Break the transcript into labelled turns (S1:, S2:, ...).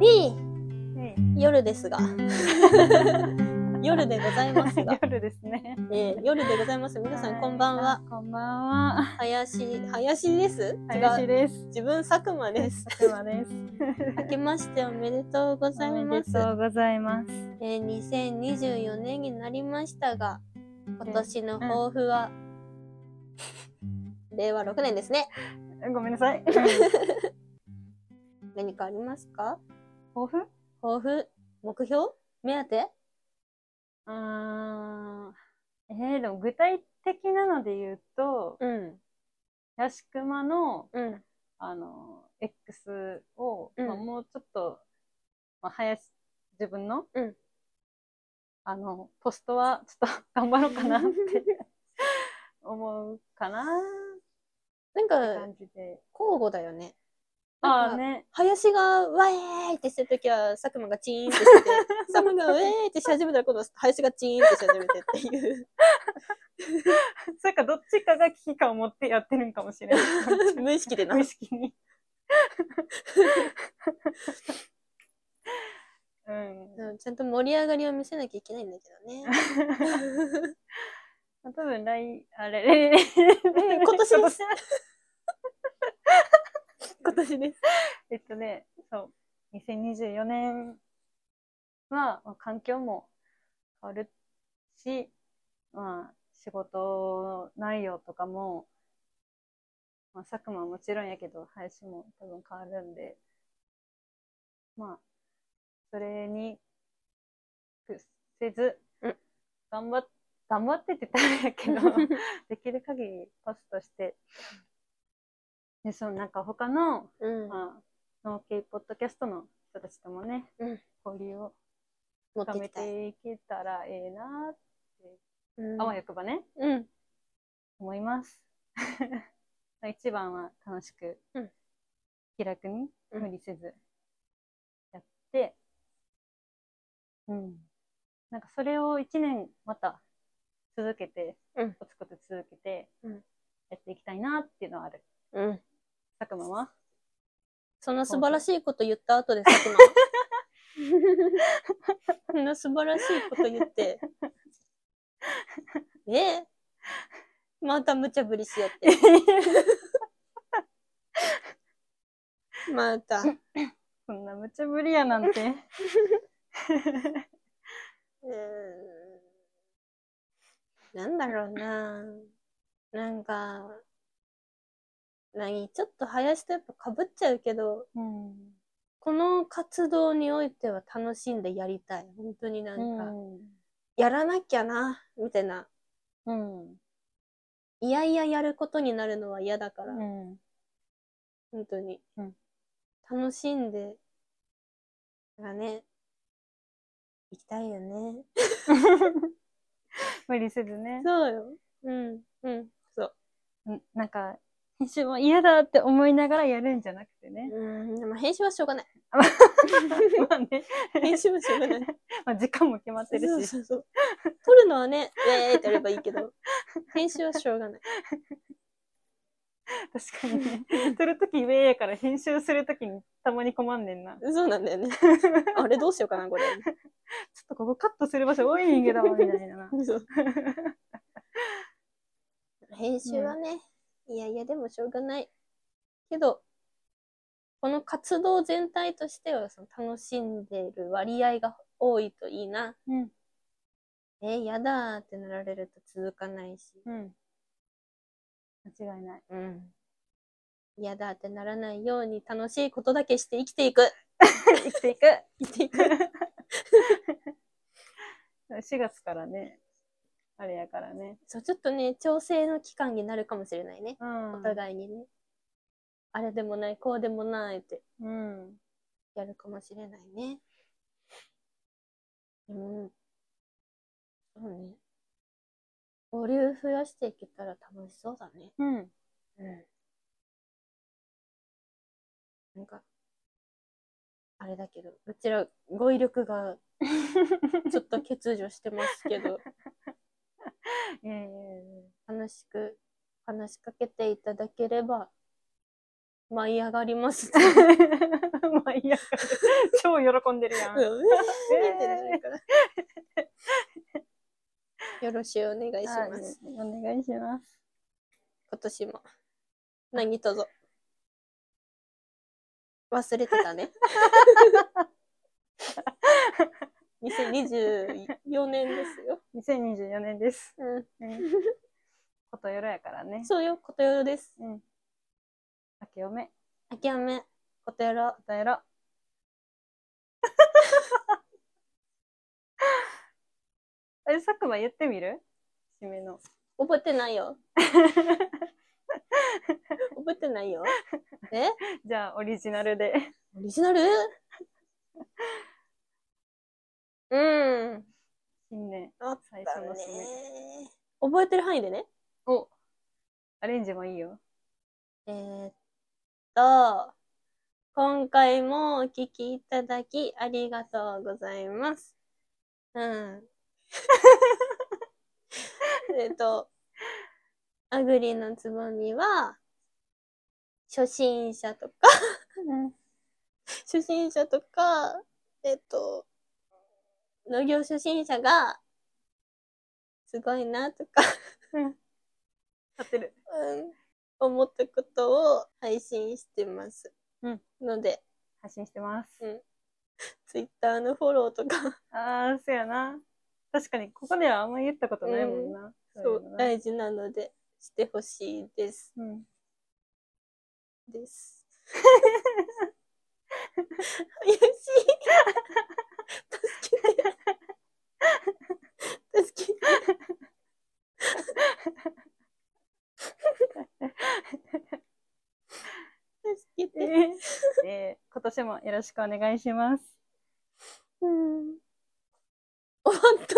S1: いい
S2: え
S1: 夜です が。夜でございますが
S2: え、 夜ですね。
S1: えー夜でございます。皆さんこんばんは。。
S2: こんばんは。
S1: 林、林です違
S2: 林
S1: う。
S2: です。
S1: 自分、佐久間です。
S2: 佐久間です。
S1: 明けましておめでとうござい
S2: おめ
S1: ま。
S2: ですとうございます。
S1: えー2024年になりましたが、今年の抱負は、令和6年ですね。
S2: ごめん なさい。
S1: 何かありますか
S2: 抱負？
S1: 抱負目標目当て
S2: うーん。えー、でも具体的なので言うと、
S1: うん。
S2: ヤシクマの
S1: うん。
S2: あの X を、
S1: うん
S2: まあ、もうちょっと、まあ、早し自分の、
S1: うん
S2: あのポストはちょっと 頑張ろうか なって思うかなっ
S1: なん
S2: て
S1: か、
S2: 感じで。
S1: 交互だよね。なん
S2: あ
S1: か
S2: あね。
S1: 林がわえーいってしてるときは、佐久間がチーンって してて、佐久間がわえーってし始めたら、今度林がチーンってし始めてっていう。
S2: それかどっちかが危機感を持ってやってるんかもしれ ない。
S1: 無意識でな
S2: 無。意 識に。うん。
S1: うんちゃんと盛り上がりを見せなきゃいけないんだけどね。
S2: 多分来、あれ、れれ れ
S1: うん今年です。今年 です。
S2: えっとね、そう、2024年は、まあ環境も変わるし、まあ、仕事内容とかも、まあ、佐久間はもちろんやけど、林も多分変わるんで、まあ、それに、くせず
S1: うん、
S2: 頑張っ、頑張ってって言ったらあれやけど、 できる限りパスとして、で、そのなんか他の
S1: うん。
S2: まあ、農系ポッドキャストの人たちともね、
S1: うん
S2: 交流を
S1: 持って
S2: 深
S1: い
S2: め
S1: きたい。
S2: ていけたらええなーって、
S1: うん
S2: あわよくばね、
S1: うん。
S2: 思います。 まあ一番は楽しく、
S1: うん
S2: 気楽に、
S1: うん
S2: 無理せず、やって、うん。なんかそれを一年また続けて、
S1: うん
S2: コツコツ続けて
S1: うん、
S2: やっていきたいなっていうのはある。
S1: うん。
S2: 佐久間は
S1: そんな素晴らしいこと言った後で、佐久間。 そんな素晴らしいこと言って。ねえ。また無茶ぶりしよって。ま た。
S2: そんな無茶ぶりやな んて。
S1: うーんなんだろうな。なんか、何ちょっと林とやっぱ被っちゃうけど、
S2: うん。
S1: この活動においては楽しんでやりたい。本当になんか、やらなきゃな、みたいな。
S2: うん。うん。
S1: いやいややることになるのは嫌だから、
S2: うん。
S1: 本当に。
S2: うん
S1: 楽しんで、だからね、行きたいよね。
S2: 無理せずね。
S1: そうよ。うん、うん、そう。
S2: うんなんか、編集も嫌だって思いながらやるんじゃなくてね。
S1: うん、でも編集はしょう がない。
S2: まあね。
S1: 編集はしょうがない。
S2: まあ時間も決まって
S1: そう
S2: るし。
S1: そうそう。撮るのはね、ウェーイってやればいいけど、編集はしょうがない。
S2: 確かにね。撮るとき上やから編集するときにたまに困んねんな。 ちょ
S1: そうなんだよね。あれどうしようかな、これ。
S2: っとここカットする場所多いねんけど、みたいな な。
S1: そう 編集はね、いやいやでもしょうがない。けど、この活動全体としてはその楽しんでいる割合が多いといいな。
S2: うん。
S1: えー、やだーってなられると続かないし。
S2: うん。間違いない。
S1: うん。嫌だってならないように楽しいことだけして生きていく。
S2: 生きていく。
S1: 生きていく。
S2: 4月からね、あれやからね。
S1: そう、ちょっとね、調整の期間になるかもしれないね。
S2: うん。
S1: お互いにね。あれでもない、こうでもないって
S2: うん。
S1: やるかもしれないね。うん。そうね。ボリューム増やしていけたら楽しそうだね。
S2: うん。
S1: うん。なんか、あれだけど、うちら語彙力がちょっと欠如してますけど、
S2: いやいやいや
S1: 楽しく話しかけていただければ、舞い上がり ます。
S2: まあいいや。超喜んでるやん。
S1: う
S2: お
S1: ん見てないから よろしくお願いします。
S2: お願いします。
S1: 今年も。何とぞ。忘れてた ね。2024年ですよ。
S2: 2024年です。
S1: うん
S2: ねことよろやからね。
S1: そうよ、ことよろです。
S2: うん。明けおめ、
S1: あきあめ、ことよろ。
S2: ことよろ。 え、佐久間言ってみる締めの。
S1: 覚えてないよ。覚えてない よ。え
S2: じゃあ、オリジナルで。
S1: オリジナルうん。
S2: 新年、
S1: あっ
S2: 最
S1: た
S2: 初の締め。
S1: ね。覚えてる範囲でね。
S2: おアレンジもいいよ。
S1: えーっと、今回もお聞きいただきありがとうございます。うん。 えーっと、アグリのつぼみは、初心者とか、 初心者とか、えっと、農業初心者が、すごいなとか、
S2: 合ってる。
S1: うん、思ったことを配信してます。
S2: うん
S1: ので、
S2: 発信してます。
S1: ツイッターのフォローとか、
S2: ああ、そうやな。確かに、ここではあんまり言ったことないもんな。
S1: そ
S2: いうの、な
S1: 大事なので、してほしいです。
S2: うん。
S1: です。怪しい。助けて。助けて。助け
S2: え
S1: て。
S2: ーえー今年もよろしくお願いします。
S1: うん。終わった。